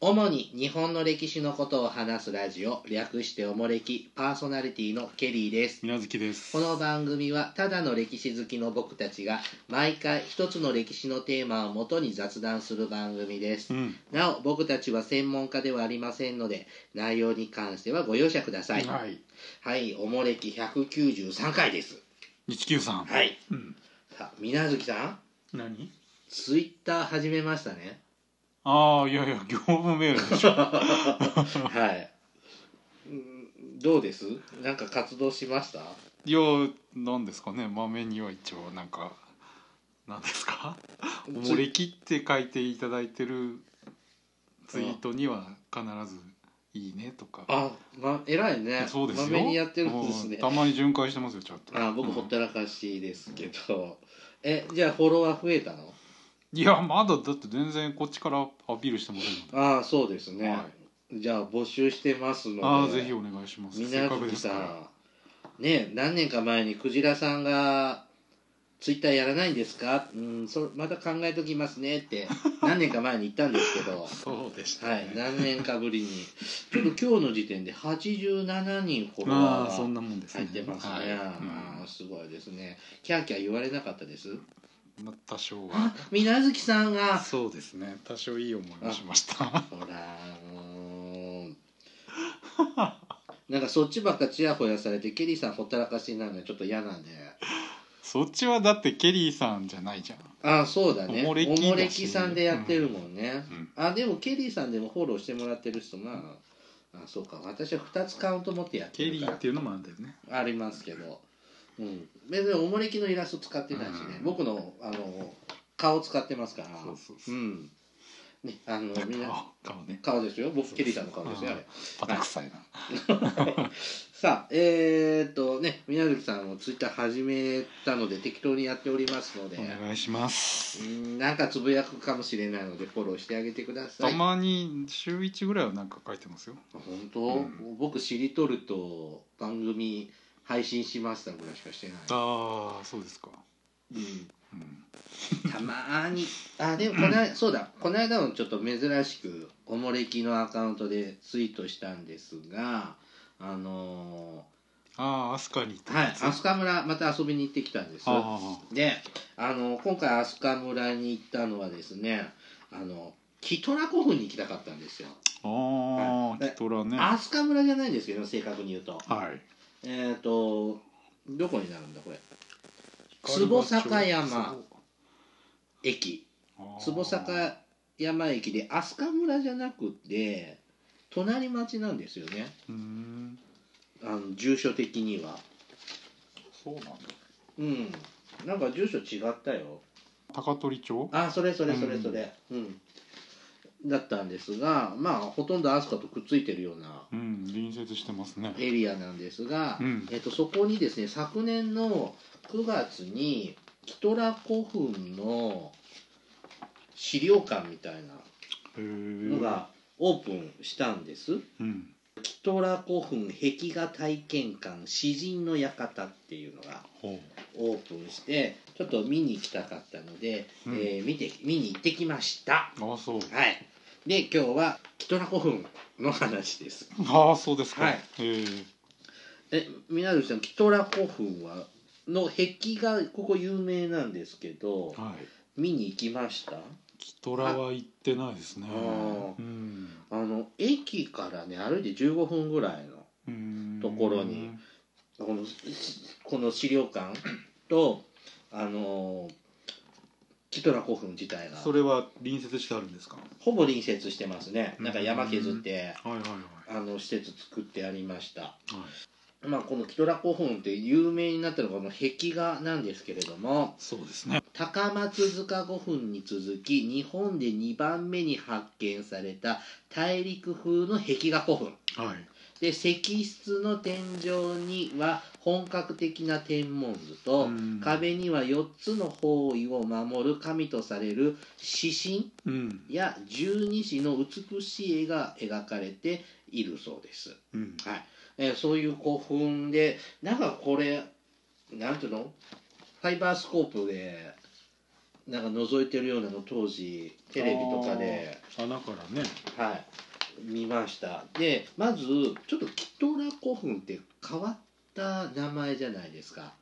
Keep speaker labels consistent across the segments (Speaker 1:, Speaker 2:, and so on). Speaker 1: 主に日本の歴史のことを話すラジオ略しておもれきパーソナリティのケリーです
Speaker 2: みなずきです
Speaker 1: この番組はただの歴史好きの僕たちが毎回一つの歴史のテーマをもとに雑談する番組です
Speaker 2: うん
Speaker 1: なお僕たちは専門家ではありませんので内容に関してはご容赦ください
Speaker 2: はい
Speaker 1: はいおもれき193回です
Speaker 2: 日給さん
Speaker 1: はい
Speaker 2: うん
Speaker 1: さあ水無月さん
Speaker 2: 何
Speaker 1: ツイッター始めました ね
Speaker 2: ああいやいや業務メールでしょ
Speaker 1: はいうんどうですなんか活動しました
Speaker 2: いやなんですかね豆には一応なんかなんですか「おもれき」って書いていただいてるツイートには必ず「いいね」とか
Speaker 1: あ、ま、偉い
Speaker 2: い
Speaker 1: ね
Speaker 2: やそうですよ
Speaker 1: まめにやってるんですね
Speaker 2: うんたまに巡回してますよちゃんと
Speaker 1: あ僕ほったらかしですけど、えじゃあフォロワー増えたの
Speaker 2: いやまだだって全然こっちからアピールしてませんので
Speaker 1: ああそうですね、
Speaker 2: は
Speaker 1: じゃあ募集してますので
Speaker 2: ああぜひお願いします
Speaker 1: み
Speaker 2: せっ
Speaker 1: な
Speaker 2: か
Speaker 1: ず
Speaker 2: くで
Speaker 1: き
Speaker 2: す
Speaker 1: さ
Speaker 2: から
Speaker 1: んね何年か前にクジラさんが「ツイッターやらないんですかうんそまた考えときますね」って何年か前に言ったんですけど
Speaker 2: そうでし
Speaker 1: はい何年かぶりにちょっと今日の時点で87人フォロ
Speaker 2: あ
Speaker 1: ワ
Speaker 2: あそ
Speaker 1: ー
Speaker 2: ん
Speaker 1: が
Speaker 2: なもんです
Speaker 1: 入
Speaker 2: ね
Speaker 1: ってますね
Speaker 2: はい
Speaker 1: ああすごいですねキャーキャー言われなかったです
Speaker 2: うんまあ多少は
Speaker 1: あみなずきさんが
Speaker 2: そうですね多少いい思いをしました
Speaker 1: ほらもうなんかそっちばっかちやほやされてケリーさんほったらかしになるのちょっと嫌なんで
Speaker 2: そっちはだってケリーさんじゃないじゃん
Speaker 1: ああそうだね
Speaker 2: お
Speaker 1: おも
Speaker 2: もれ
Speaker 1: れ
Speaker 2: きだし
Speaker 1: きさんでやってるもんね、
Speaker 2: うん
Speaker 1: あでもケリーさんでもフォローしてもらってる人まああそうか私は2つカウント持ってやって
Speaker 2: ケ
Speaker 1: る
Speaker 2: リ
Speaker 1: か
Speaker 2: ーっていうのもあるんだよね
Speaker 1: らありますけど、うん、別におもれきのイラスト使ってないしね、
Speaker 2: うん
Speaker 1: 僕のあの顔使ってますから
Speaker 2: そうそうそうん
Speaker 1: ねあのみんな
Speaker 2: 顔顔ね
Speaker 1: 顔ですよ僕ケリーさんの顔ですよあれ
Speaker 2: バタ臭いな
Speaker 1: さあえー、っとね宮崎さんもツイッター始めたので適当にやっておりますので
Speaker 2: お願いします
Speaker 1: うんなんかつぶやくかもしれないのでフォローしてあげてくださ
Speaker 2: た
Speaker 1: い
Speaker 2: まに週1ぐらいはなんか書いてますよ
Speaker 1: 本当、
Speaker 2: うん
Speaker 1: 僕しりとると番組配信しましたぐらいしかしてない、
Speaker 2: ああそうですか
Speaker 1: うん
Speaker 2: うん
Speaker 1: たまーにあでもこの間そうだこの間もちょっと珍しくおもれきのアカウントでツイートしたんですがあの
Speaker 2: ああアスカに行
Speaker 1: ー
Speaker 2: った
Speaker 1: はい
Speaker 2: やつ
Speaker 1: 飛鳥村また遊びに行ってきたんです
Speaker 2: ああ
Speaker 1: であの今回飛鳥村に行ったのはですねあのキトラ古墳に行きたかったんですよ、
Speaker 2: ああ
Speaker 1: はい
Speaker 2: キトラねは
Speaker 1: 飛鳥村じゃないんですけど正確に言うと
Speaker 2: い
Speaker 1: えっ、とどこになるんだこれ坪坂山駅坪
Speaker 2: あ
Speaker 1: 坂山駅で飛鳥村じゃなくて隣町なんですよね
Speaker 2: ーうーん
Speaker 1: あの住所的には
Speaker 2: そうなんだ
Speaker 1: うんなんか住所違ったよ
Speaker 2: 高取町
Speaker 1: あそれそれそれそれうん、だったんですがまあほとんど飛鳥とくっついてるような
Speaker 2: うん隣接してますね
Speaker 1: エリアなんですが、
Speaker 2: うん
Speaker 1: えっと、そこにですね昨年の9月にキトラ古墳の資料館みたい
Speaker 2: へ
Speaker 1: なの
Speaker 2: え
Speaker 1: がオープンしたんです、
Speaker 2: うん
Speaker 1: キトラ古墳壁画体験館詩人の館っていうのが
Speaker 2: ほ
Speaker 1: オープンしてちょっと見に行きたかったので、
Speaker 2: うん
Speaker 1: えー見て見に行ってきました
Speaker 2: うああそう
Speaker 1: はい。で、今日はキトラ古墳の話です。
Speaker 2: ああそうですか、
Speaker 1: はい
Speaker 2: ええ
Speaker 1: え、みなさん、キトラ古墳は、の壁画、ここ有名なんですけど、
Speaker 2: はい
Speaker 1: 見に行きました
Speaker 2: キトラは行ってないですね
Speaker 1: あー
Speaker 2: うん
Speaker 1: あの、駅からね、歩いて15分ぐらいの、
Speaker 2: うーん
Speaker 1: ところにこの、しこの資料館と、あのーキトラ古墳自体が、
Speaker 2: それは隣接してあるんですか
Speaker 1: ほぼ隣接してますね。なんか山削って、
Speaker 2: はいはいはい
Speaker 1: あの、施設作ってありました。
Speaker 2: はい
Speaker 1: まあ、このキトラ古墳って有名になったのがこの壁画なんですけれども
Speaker 2: そうですね
Speaker 1: 高松塚古墳に続き日本で2番目に発見された大陸風の壁画古墳
Speaker 2: はい
Speaker 1: で石室の天井には本格的な天文図と、
Speaker 2: うん
Speaker 1: 壁には4つの方位を守る神とされる指針
Speaker 2: うん
Speaker 1: や十二支の美しい絵が描かれているそうです。
Speaker 2: うん
Speaker 1: はいえーそういう古墳でなんかこれなんていうのファイバースコープでなんか覗いてるようなの当時テレビとかで
Speaker 2: 穴からね
Speaker 1: はい見ましたでまずちょっとキトラ古墳って変わった名前じゃないですか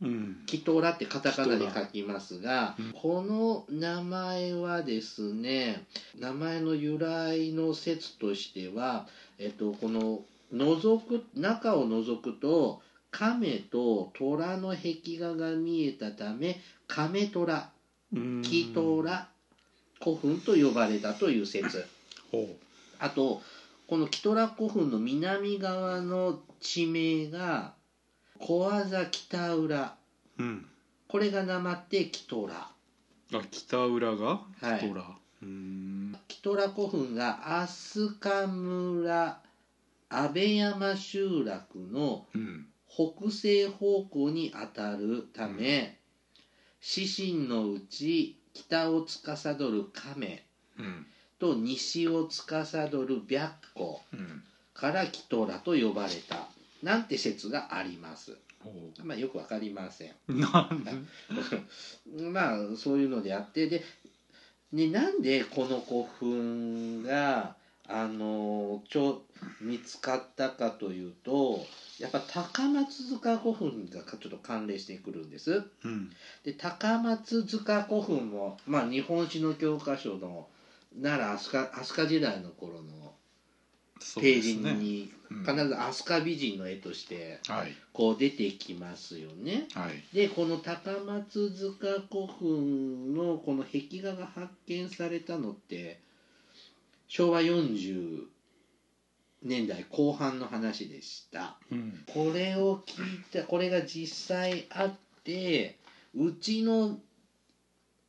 Speaker 2: うん
Speaker 1: キトラってカタカナで書きますが、
Speaker 2: キトラうん
Speaker 1: この名前はですね名前の由来の説としては、えっと、この覗く中を覗くと亀と虎の壁画が見えたため亀虎
Speaker 2: うん
Speaker 1: キトラ古墳と呼ばれたという説
Speaker 2: ほ
Speaker 1: あとこのキトラ古墳の南側の地名が小技北浦
Speaker 2: ううん
Speaker 1: これがなまってキトラ
Speaker 2: あ北浦が
Speaker 1: はい
Speaker 2: キトラうん
Speaker 1: キトラ古墳が飛鳥村安倍山集落の
Speaker 2: うん
Speaker 1: 北西方向にあたるため、指針のうち北を司る亀
Speaker 2: うん
Speaker 1: と西を司る白虎
Speaker 2: うん
Speaker 1: からキトラと呼ばれたなんて説があります。
Speaker 2: ほ
Speaker 1: まあよくわかりません。
Speaker 2: う なんで
Speaker 1: まあそういうのであってで、ね、なんでこの古墳があのちょ見つかったかというとやっぱ高松塚古墳がちょっと関連してくるんです。
Speaker 2: うん
Speaker 1: で高松塚古墳も、まあ、日本史の教科書の奈良飛鳥飛鳥時代の頃の
Speaker 2: そう
Speaker 1: ペー
Speaker 2: で
Speaker 1: ジ
Speaker 2: すね
Speaker 1: に
Speaker 2: うん
Speaker 1: 必ず飛鳥美人の絵として
Speaker 2: はい
Speaker 1: こう出てきますよね。
Speaker 2: はい
Speaker 1: でこの高松塚古墳のこの壁画が発見されたのって昭和40年代後半の話でした
Speaker 2: うん
Speaker 1: これを聞いたこれが実際あってうちの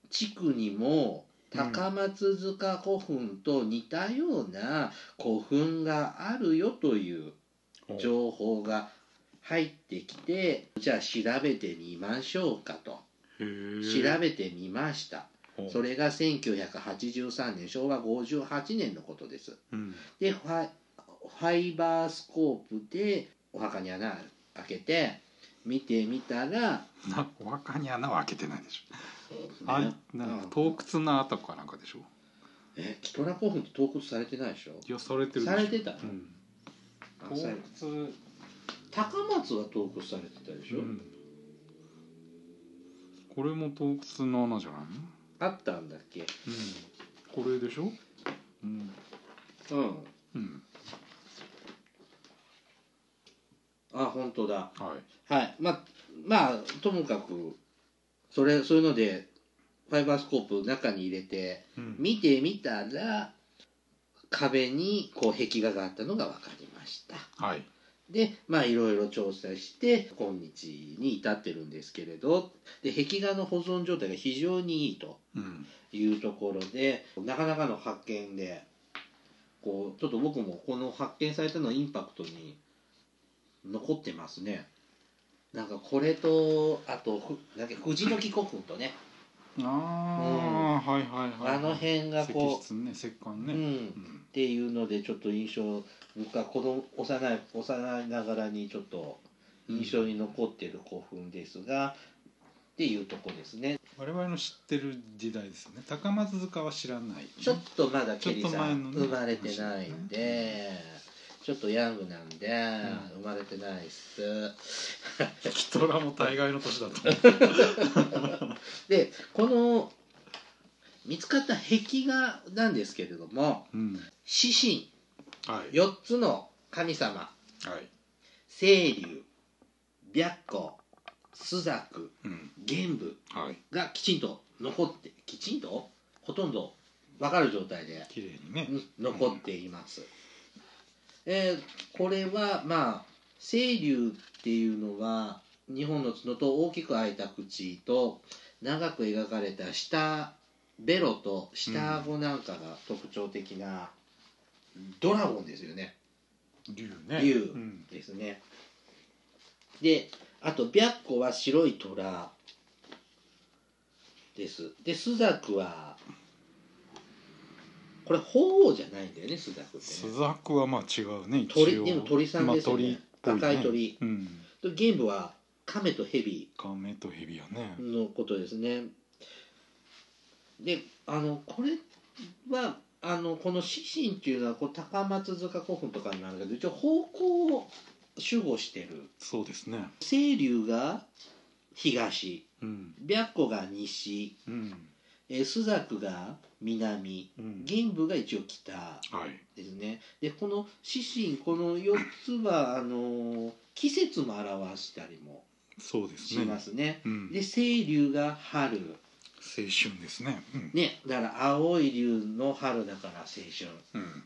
Speaker 1: 地区にも高松塚古墳と似たような古墳があるよという
Speaker 2: ほう
Speaker 1: 情報が入ってきてじゃあ調べてみましょうかと
Speaker 2: へー
Speaker 1: 調べてみました
Speaker 2: ほう
Speaker 1: それが1983年昭和58年のことです
Speaker 2: うん
Speaker 1: でファイファイバースコープでお墓に穴開けて見てみたら
Speaker 2: なお墓に穴は開けてないでしょあ
Speaker 1: な
Speaker 2: なん
Speaker 1: う
Speaker 2: か
Speaker 1: ん
Speaker 2: 洞窟の跡かなんかでしょ
Speaker 1: えキトラ古墳って盗掘されてないでしょ
Speaker 2: いやされてるでしょ
Speaker 1: されてた
Speaker 2: うん
Speaker 1: あされ
Speaker 2: 窟
Speaker 1: 高松は盗掘されてたでしょ、
Speaker 2: うんこれも洞窟の穴じゃないの、
Speaker 1: あったんだっけ
Speaker 2: これでしょうん、
Speaker 1: うん
Speaker 2: うん、
Speaker 1: あ本当だ
Speaker 2: はい
Speaker 1: はい、まあ、まあ、ともかく、それ、そういうので、ファイバースコープ中に入れて、
Speaker 2: うん
Speaker 1: 見てみたら、壁にこう壁画があったのが分かりました。
Speaker 2: はい
Speaker 1: で、まあ、いろいろ調査して、今日に至ってるんですけれど、で、壁画の保存状態が非常にいいと
Speaker 2: うん
Speaker 1: いうところで、なかなかの発見で、こう、ちょっと僕もこの発見されたのインパクトに残ってますね。なんかこれと、あと、ふなんか藤の木古墳とね、
Speaker 2: ああ、はいはいはい
Speaker 1: あの辺がこ
Speaker 2: 石室ね石棺
Speaker 1: う、
Speaker 2: ね、
Speaker 1: うん、
Speaker 2: うん
Speaker 1: っていうのでちょっと印象僕は子供幼い幼いながらにちょっと印象に残ってる古墳ですが、っていうとこですね
Speaker 2: 我々の知ってる時代ですよね高松塚は知らない、ね、
Speaker 1: ちょっとまだ
Speaker 2: ち
Speaker 1: ケ
Speaker 2: ょっ
Speaker 1: リ
Speaker 2: と
Speaker 1: ーさ
Speaker 2: 前
Speaker 1: ん、
Speaker 2: のね
Speaker 1: 生まれてないんでちょっとヤングなんで、生まれてないっす
Speaker 2: キトラも大概の年だと思
Speaker 1: でこの見つかった壁画なんですけれども
Speaker 2: う、うん、
Speaker 1: 獅神
Speaker 2: はい
Speaker 1: 4つの神様
Speaker 2: はい
Speaker 1: 清流白虎朱雀
Speaker 2: うん
Speaker 1: 玄武
Speaker 2: はい
Speaker 1: がきちんと残ってきちんとほとんど分かる状態で
Speaker 2: 綺麗にね、
Speaker 1: うん残っています、えーこれはまあ清流っていうのは2本の角と大きく開いた口と長く描かれた下ベロと下顎なんかが特徴的なドラゴンですよね、
Speaker 2: 竜ね
Speaker 1: 竜
Speaker 2: うん
Speaker 1: ですねであと白虎は白い虎ですで朱雀はこれ鳳凰じゃないんだよね朱雀って
Speaker 2: ス
Speaker 1: ね
Speaker 2: ザクはまあ違うね一応
Speaker 1: 鳥でも鳥さんですよね
Speaker 2: まあ鳥っぽいね、
Speaker 1: 赤い鳥
Speaker 2: うん
Speaker 1: で玄武は亀と蛇
Speaker 2: カメとヘビやね
Speaker 1: のことですねであのこれはあのこの指針っていうのはこう高松塚古墳とかになるけど一応方向を守護してる
Speaker 2: そうですね
Speaker 1: 清流が東
Speaker 2: うん
Speaker 1: 白虎が西、
Speaker 2: うん
Speaker 1: えー朱雀が南
Speaker 2: うん
Speaker 1: 玄武が一応北
Speaker 2: はい
Speaker 1: ですねでこの指針この4つはあのー季節も表したりも
Speaker 2: そうです
Speaker 1: し
Speaker 2: ね
Speaker 1: ますね
Speaker 2: うん
Speaker 1: で清流が春
Speaker 2: 青春ですねうん
Speaker 1: ねだから青い竜の春だから青春
Speaker 2: うん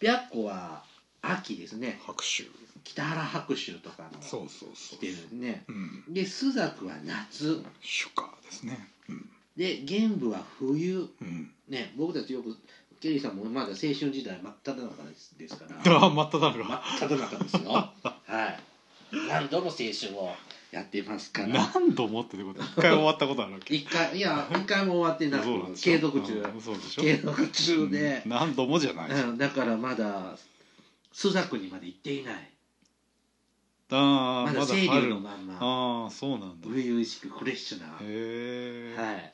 Speaker 1: 白虎は秋ですね
Speaker 2: 拍手
Speaker 1: 北原白秋とかの
Speaker 2: そうそう
Speaker 1: 来
Speaker 2: そう
Speaker 1: てるね
Speaker 2: うん
Speaker 1: で朱雀は夏
Speaker 2: 初夏ですねうん
Speaker 1: で玄武は冬
Speaker 2: うん
Speaker 1: ね僕たちよくケリーさんもまだ青春時代真っ只中ですですから
Speaker 2: あまただ
Speaker 1: 真っ
Speaker 2: が
Speaker 1: 只中ですよはい何度も青春をやってますから
Speaker 2: 何度もってこと一回終わったことあるわけ
Speaker 1: 一回いや一回も終わってなく
Speaker 2: そうなんですよ
Speaker 1: 継続中
Speaker 2: うんそうでしょ
Speaker 1: 継続中で
Speaker 2: うん、何度もじゃない、
Speaker 1: うん、だからまだ朱雀にまで行っていない
Speaker 2: あ
Speaker 1: ま
Speaker 2: あま
Speaker 1: だ
Speaker 2: だ
Speaker 1: 清流の
Speaker 2: 春
Speaker 1: まんま
Speaker 2: ああそうなんだ
Speaker 1: 初々しくフレッシュな
Speaker 2: へえ、
Speaker 1: はい。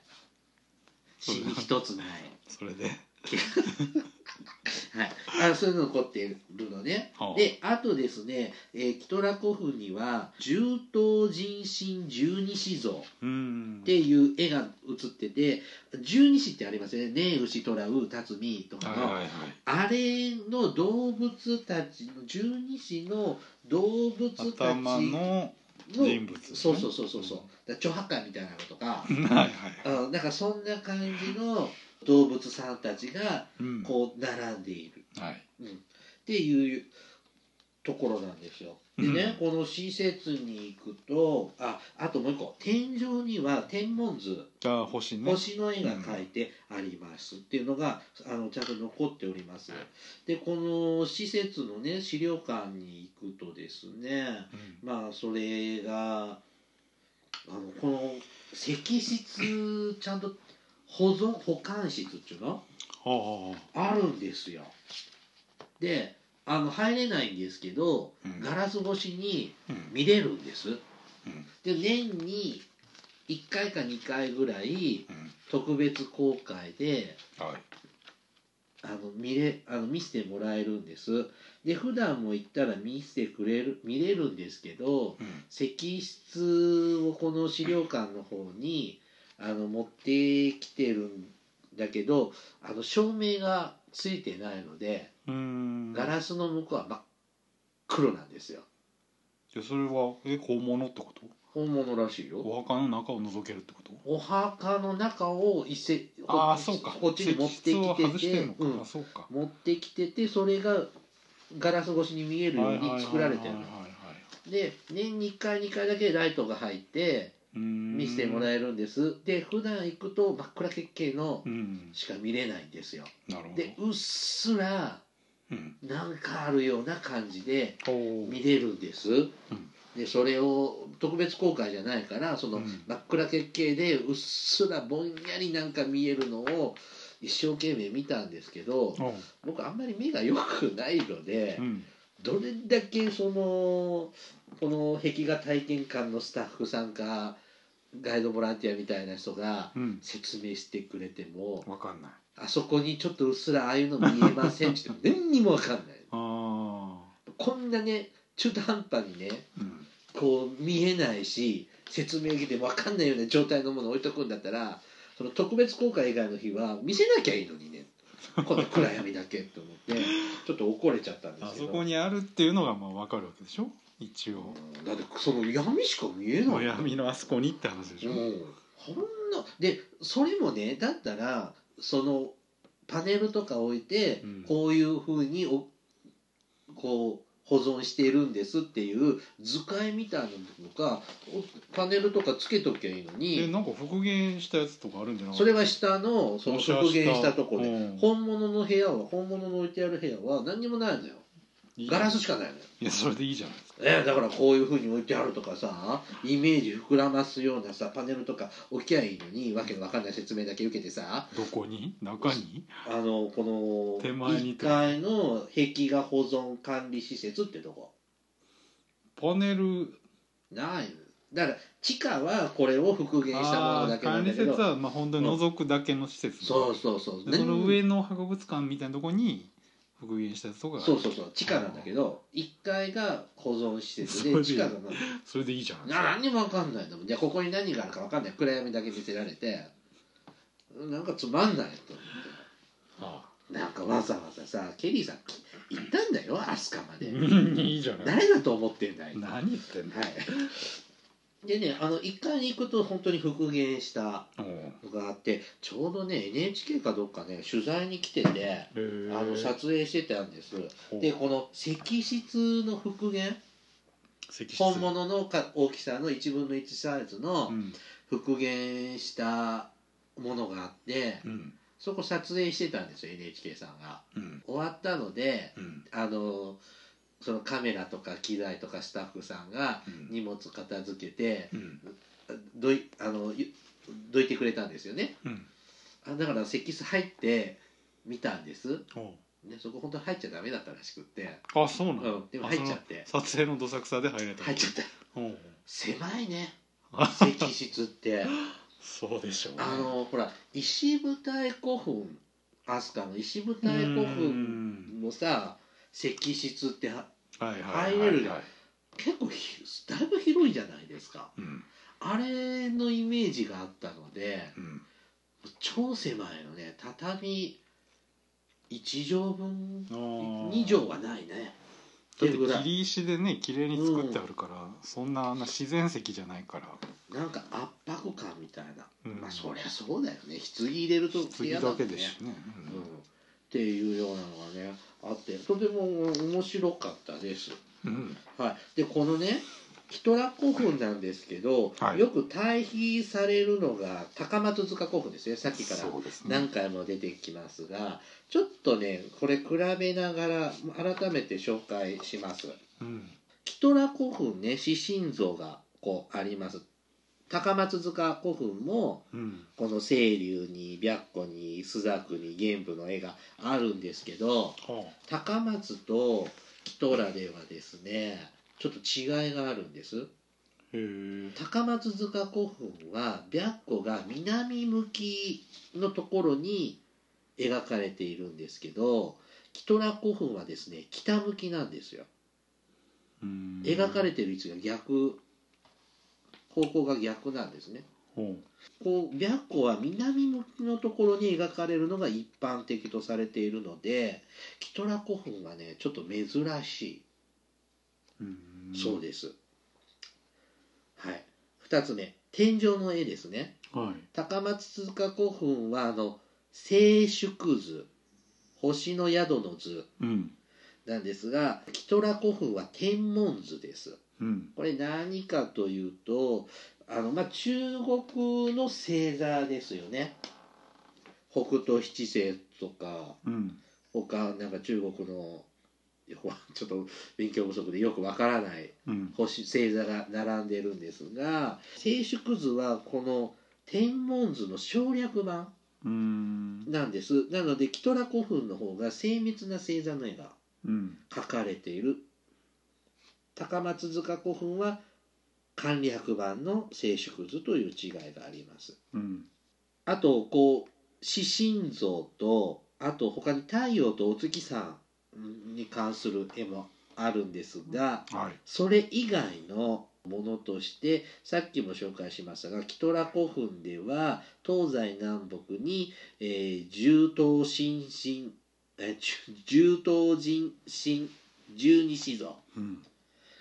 Speaker 2: そう
Speaker 1: 死
Speaker 2: だ
Speaker 1: に一つない。
Speaker 2: それで
Speaker 1: はい。あ、そういうの残ってるのね。
Speaker 2: はあ
Speaker 1: で、あとですね、えー、キトラ古墳には、十頭人身十二子像
Speaker 2: う
Speaker 1: っ
Speaker 2: ん
Speaker 1: ていう絵が写ってて、十二子ってありますよね。ねえ、牛、虎、う、たつみとか
Speaker 2: はい
Speaker 1: の。
Speaker 2: はいはい
Speaker 1: あれの動物たちの十二子の動物たち
Speaker 2: 頭の人物、ね、
Speaker 1: そうそうそうそうそうだから猪八戒みたいなのとか
Speaker 2: うんはいはい
Speaker 1: あなんかそんな感じの動物さんたちが
Speaker 2: うん
Speaker 1: こう並んでいる
Speaker 2: はい
Speaker 1: っていうところなんですよ。でね、この施設に行くとああともう一個天井には天文図
Speaker 2: じゃあ星ね
Speaker 1: 星の絵が描いてありますっていうのがあのちゃんと残っております。でこの施設のね資料館に行くとですね
Speaker 2: うん
Speaker 1: まあそれがあのこの石室ちゃんと保存保管室っていうの
Speaker 2: は
Speaker 1: あるんですよであの入れないんですけど
Speaker 2: あ、うん
Speaker 1: ガラス越しに
Speaker 2: うん
Speaker 1: 見れるんです
Speaker 2: うん
Speaker 1: で年に1回か2回ぐらい
Speaker 2: うん
Speaker 1: 特別公開で
Speaker 2: はい
Speaker 1: あの見れあの見せてもらえるんですで普段も行ったら見せてくれる見れるんですけど
Speaker 2: うん
Speaker 1: 石室をこの資料館の方にあの持ってきてるんだけどあの照明がついてないので
Speaker 2: うーん
Speaker 1: ガラスの向こうは真っ黒なんですよ
Speaker 2: じゃあそれはえ本物ってこと
Speaker 1: 本物らしいよ
Speaker 2: お墓の中を覗けるってこと
Speaker 1: お墓の中を一せ
Speaker 2: ああ
Speaker 1: こ
Speaker 2: そうか
Speaker 1: こっちに持って
Speaker 2: 石室を
Speaker 1: きて
Speaker 2: 外
Speaker 1: て
Speaker 2: してんのか、
Speaker 1: うん
Speaker 2: あそうか
Speaker 1: 持ってきててそれがガラス越しに見えるように作られてる
Speaker 2: は
Speaker 1: の
Speaker 2: いはいはいはいはい
Speaker 1: で年に1回2回だけライトが入って見
Speaker 2: 見
Speaker 1: せてもらえるんですで普段行くと真っ暗血形の
Speaker 2: うん
Speaker 1: しか見れないんですよ
Speaker 2: なるほど
Speaker 1: でうっすら
Speaker 2: うん
Speaker 1: なんかあるような感じで
Speaker 2: おー
Speaker 1: 見れるんです、でそれを特別公開じゃないからその
Speaker 2: うん
Speaker 1: 真っ暗血形でうっすらぼんやりなんか見えるのを一生懸命見たんですけど
Speaker 2: おー
Speaker 1: 僕あんまり目が良くないので
Speaker 2: うん
Speaker 1: どれだけそのこの壁画体験館のスタッフさんかガイドボランティアみたいな人が
Speaker 2: うん
Speaker 1: 説明してくれても
Speaker 2: わかんない
Speaker 1: あそこにちょっとうっすらああいうの見えませんって言 っても何にも分かんない
Speaker 2: ああ
Speaker 1: こんなね中途半端にね
Speaker 2: うん
Speaker 1: こう見えないし説明受けて分かんないような状態のものを置いとくんだったらその特別公開以外の日は見せなきゃいいのにねこんな暗闇だけと思ってちょっと怒れちゃったんで
Speaker 2: あ
Speaker 1: すけ
Speaker 2: そ
Speaker 1: ど
Speaker 2: こにあるっていうのがまあわかるわけでしょ一応
Speaker 1: うんだってその闇しか見えない
Speaker 2: お闇のあそこにって話でし
Speaker 1: う
Speaker 2: ょ
Speaker 1: んほんのでそれもねだったらそのパネルとか置いて、
Speaker 2: うん
Speaker 1: こういうふうにおこう保存しているんですっていう図解みたいなのとかおパネルとかつけときゃいいの
Speaker 2: え
Speaker 1: に
Speaker 2: なんか復元したやつとかあるんじゃない
Speaker 1: それは下のその復元したところで
Speaker 2: で
Speaker 1: 本物の部屋は本物の置いてある部屋は何にもないのよガラスしかないのよ
Speaker 2: いやそれでいいじゃないですか
Speaker 1: えーだからこういうふうに置いてあるとかさイメージ膨らますようなさパネルとか置きゃいいのにわけのわかんない説明だけ受けてさ
Speaker 2: どこに中に
Speaker 1: あのこの
Speaker 2: 手前
Speaker 1: 1
Speaker 2: に
Speaker 1: 階の壁画保存管理施設ってとこ
Speaker 2: パネル
Speaker 1: ないだから地下はこれを復元したものだけなん
Speaker 2: 管
Speaker 1: だ
Speaker 2: 理施
Speaker 1: け
Speaker 2: 設
Speaker 1: ど
Speaker 2: はまあ本当に覗くだけの施設
Speaker 1: そうそうそう
Speaker 2: でその上
Speaker 1: ね
Speaker 2: の博物館みたいなとこに復元したやつとかがある
Speaker 1: そうそうそう地下なんだけど1階が保存施設
Speaker 2: そ
Speaker 1: で
Speaker 2: う
Speaker 1: 地下がまあ
Speaker 2: それでいいじゃん
Speaker 1: な何にも分かんないんだもんでここに何があるか分かんない暗闇だけ見せられてなんかつまんないと思
Speaker 2: あ
Speaker 1: ってなんかわざわざさケリーさんき行ったんだよ飛鳥ま
Speaker 2: あ
Speaker 1: で
Speaker 2: うんいいじゃない
Speaker 1: 誰だと思ってんだいは
Speaker 2: 何言ってんの
Speaker 1: いでねあの1階に行くと本当に復元した
Speaker 2: おう
Speaker 1: のがあってちょうどね NHK かどっかね取材に来てて
Speaker 2: へー
Speaker 1: あの撮影してたんです
Speaker 2: ほう
Speaker 1: でこの石室の復元
Speaker 2: 石室
Speaker 1: 本物のか大きさの1分の1サイズの、
Speaker 2: うん
Speaker 1: 復元したものがあって
Speaker 2: うん
Speaker 1: そこ撮影してたんですよ NHK さんが
Speaker 2: うん
Speaker 1: 終わったので
Speaker 2: うん
Speaker 1: あのそのカメラとか機材とかスタッフさんが荷物片付けて
Speaker 2: うん
Speaker 1: どいあのゆどいてくれたんですよね
Speaker 2: うん
Speaker 1: あだから石室入って見たんです、
Speaker 2: おう
Speaker 1: ね、そこ本当は入っちゃダメだったらしくって、
Speaker 2: あそうな
Speaker 1: う
Speaker 2: の
Speaker 1: ん、でも入っちゃって
Speaker 2: 撮影のどさくさで入れた
Speaker 1: 入っちゃった
Speaker 2: おう
Speaker 1: 狭いね
Speaker 2: あ
Speaker 1: 石室って。
Speaker 2: そうでしょうね
Speaker 1: あのほら石舞台古墳飛鳥の石舞台古墳のさ石室っては
Speaker 2: はいはいはいはい
Speaker 1: 入れるじゃん結構ひだいぶ広いじゃないですか
Speaker 2: うん
Speaker 1: あれのイメージがあったので
Speaker 2: うん
Speaker 1: 超狭いのね畳1畳分
Speaker 2: あー
Speaker 1: 2畳はないね
Speaker 2: だっ
Speaker 1: っていうぐ
Speaker 2: て
Speaker 1: ら
Speaker 2: 切
Speaker 1: い
Speaker 2: り石でね綺麗に作ってあるから、そんなあんな自然石じゃないから、
Speaker 1: なんか圧迫感みたいな、
Speaker 2: うん
Speaker 1: まあそりゃそうだよね棺入れると
Speaker 2: 次
Speaker 1: も
Speaker 2: だ
Speaker 1: ん
Speaker 2: けでしょね、
Speaker 1: うんっていうようなのがねあってとても面白かったです。
Speaker 2: うんうん
Speaker 1: はい、でこのねヒトラ古墳なんですけど、
Speaker 2: はい
Speaker 1: よく対比されるのが高松塚古墳ですねさっきから
Speaker 2: そうですね
Speaker 1: 何回も出てきますがちょっとねこれ比べながら改めて紹介します。
Speaker 2: うん
Speaker 1: キトラ古墳ね獅神像がこうあります高松塚古墳も
Speaker 2: うん
Speaker 1: この清流に白虎に朱雀に玄武の絵があるんですけど
Speaker 2: は
Speaker 1: 高松と木戸良ではですねちょっと違いがあるんです
Speaker 2: あへえ
Speaker 1: 高松塚古墳は白虎が南向きのところに描かれているんですけど木戸良古墳はですね北向きなんですよ
Speaker 2: うん
Speaker 1: 描かれている位置が逆方向が逆なんですね
Speaker 2: ほ
Speaker 1: こう白虎は南向きのところに描かれるのが一般的とされているのでキトラ古墳はねちょっと珍し
Speaker 2: う
Speaker 1: いそう
Speaker 2: で
Speaker 1: です、はい2つ目天井の絵ですね
Speaker 2: はい
Speaker 1: 高松塚古墳はあの静粛図星の宿の図
Speaker 2: うん
Speaker 1: なんですがキトラ古墳は天文図です
Speaker 2: うん
Speaker 1: これ何かというとあの、まあ、中国の星座ですよね北斗七星とか
Speaker 2: うん
Speaker 1: 他なんか中国のいやほら ちょっと勉強不足でよくわからない
Speaker 2: うん
Speaker 1: 星星座が並んでるんですが静粛図はこの天文図の省略版
Speaker 2: うん
Speaker 1: なんですなのでキトラ古墳の方が精密な星座の絵が
Speaker 2: うん
Speaker 1: 書かれている高松塚古墳は簡略版の静粛図という違いがあります
Speaker 2: うん
Speaker 1: あとこう獅神像とあと他に太陽とお月さんに関する絵もあるんですが
Speaker 2: はい
Speaker 1: それ以外のものとしてさっきも紹介しましたがキトラ古墳では東西南北に、えー、重頭神神えー重頭神神十二子像
Speaker 2: うん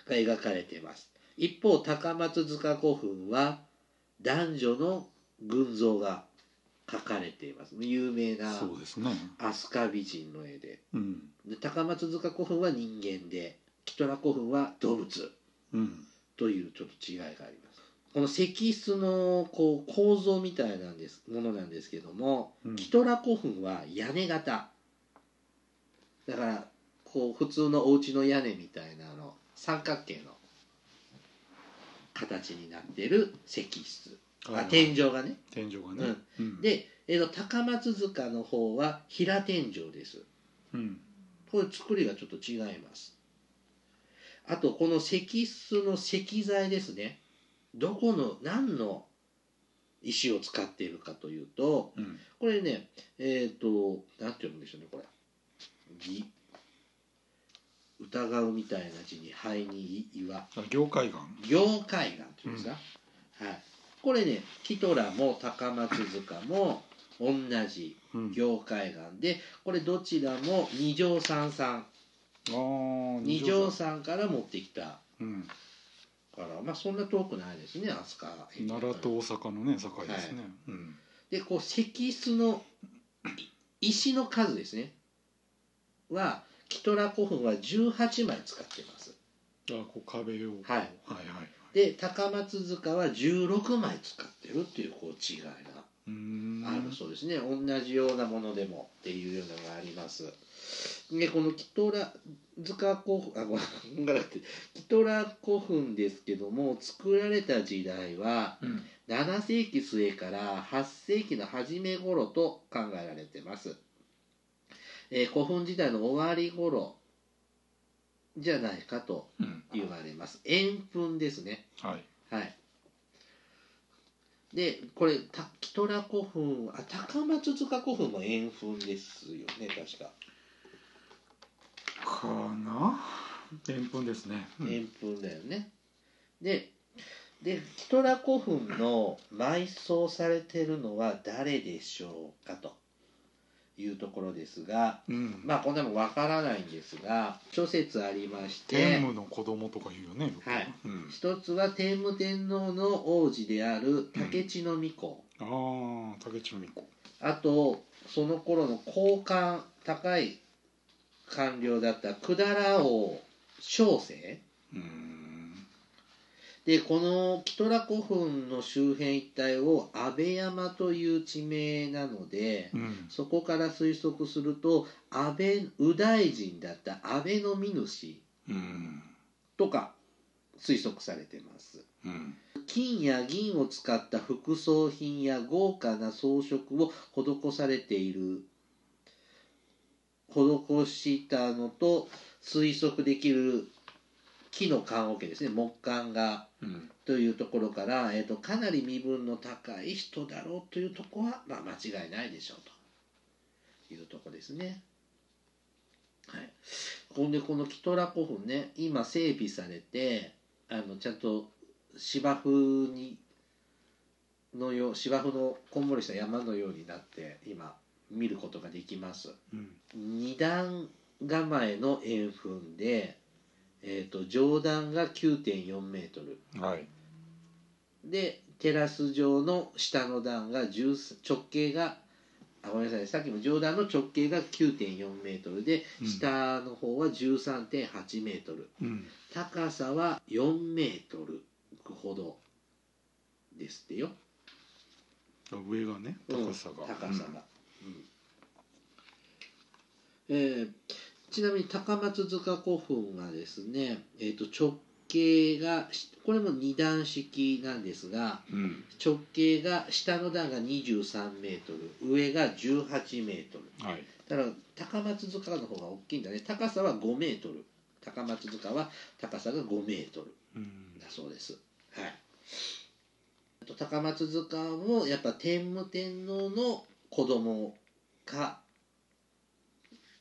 Speaker 1: が描かれています一方高松塚古墳は男女の群像が描かれています有名な
Speaker 2: そうですね
Speaker 1: 飛鳥美人の絵で
Speaker 2: うん
Speaker 1: で高松塚古墳は人間でキトラ古墳は動物
Speaker 2: うん
Speaker 1: というちょっと違いがありますこの石室のこう構造みたいなんですものなんですけども、
Speaker 2: うん
Speaker 1: キトラ古墳は屋根型だからこう普通のお家の屋根みたいなの三角形の形になってる石室あ天井がね
Speaker 2: 天井がねうん
Speaker 1: で、えーと高松塚の方は平天井です
Speaker 2: うん
Speaker 1: これ作りがちょっと違いますあとこの石室の石材ですねどこの何の石を使っているかというと
Speaker 2: うん
Speaker 1: これねえっ、となんて読むんでしょうねこれ「ぎ」疑うみたいな字に「灰に「い」「岩」
Speaker 2: あ業界岩
Speaker 1: 行海岸っていうんですか、はい、これねキトラも高松塚も同じ
Speaker 2: うん
Speaker 1: 行海岸でこれどちらも二条三三
Speaker 2: あー
Speaker 1: 二条三から持ってきた
Speaker 2: うん
Speaker 1: からまあそんな遠くないですね飛鳥
Speaker 2: 奈良と大阪のね境ですね、うん
Speaker 1: でこう石室のい石の数ですねはキトラ古墳は18枚使ってます
Speaker 2: あこう壁を、
Speaker 1: はい
Speaker 2: はいはいはい
Speaker 1: で高松塚は16枚使ってるっていうこう違いが
Speaker 2: うーん
Speaker 1: あるそうですね、同じようなものでもっていうようなのがありますでこのキトラ塚古墳あごめんなさいキトラ古墳ですけども作られた時代は
Speaker 2: うん
Speaker 1: 7世紀末から8世紀の初め頃と考えられてます、えー古墳時代の終わり頃じゃないかと
Speaker 2: うん
Speaker 1: 言われます円墳ですね
Speaker 2: はい
Speaker 1: はい。で、これ、たキトラ古墳、あ、高松塚古墳も円墳ですよね、確か。
Speaker 2: かなでんぷんですね、うん
Speaker 1: 円墳だよね。で、で、キトラ古墳の埋葬されてるのは誰でしょうかというところですが、
Speaker 2: うん
Speaker 1: まあ、こんなもんわからないんですが、諸説ありまして、
Speaker 2: 天武の子供とか言うよねよく
Speaker 1: はい
Speaker 2: うん、
Speaker 1: 一つは天武天皇の王子である竹地の御子。
Speaker 2: ああ竹内美子
Speaker 1: あとその頃の高官高い官僚だった百済王小生
Speaker 2: うーん
Speaker 1: でこのキトラ古墳の周辺一帯を安倍山という地名なので
Speaker 2: うん
Speaker 1: そこから推測すると安倍右大臣だった安倍の見主
Speaker 2: うん
Speaker 1: とか推測されてます
Speaker 2: うん
Speaker 1: 金や銀を使った副葬品や豪華な装飾を施されている施したのと推測できる木の棺桶ですね木棺が
Speaker 2: うん
Speaker 1: というところから、えー、とかなり身分の高い人だろうというところは、まあ、間違いないでしょうというところですね。はい、ほんでこのキトラ古墳ね今整備されてあのちゃんと芝生にのよう芝生のこんもりした山のようになって今見ることができます。
Speaker 2: うん
Speaker 1: 二段構えの円墳で、えー、と上段が9.4メートル。
Speaker 2: はい
Speaker 1: でテラス状の下の段が10直径があごめんなさいさっきも上段の直径が9.4メートルで
Speaker 2: うん
Speaker 1: 下の方は13.8メートル、
Speaker 2: うん
Speaker 1: 高さは4メートルほどですってよ
Speaker 2: あ上がね高さが、
Speaker 1: うん高さが、うんえーちなみに高松塚古墳はですね、えー、と直径がしこれも二段式なんですが
Speaker 2: うん、うん
Speaker 1: 直径が下の段が23メートル上が18メートル
Speaker 2: はい
Speaker 1: だから高松塚の方が大きいんだね高さは5メートル高松塚は高さが5メートル
Speaker 2: うん
Speaker 1: だそうですはいあと高松塚もやっぱ天武天皇の子供か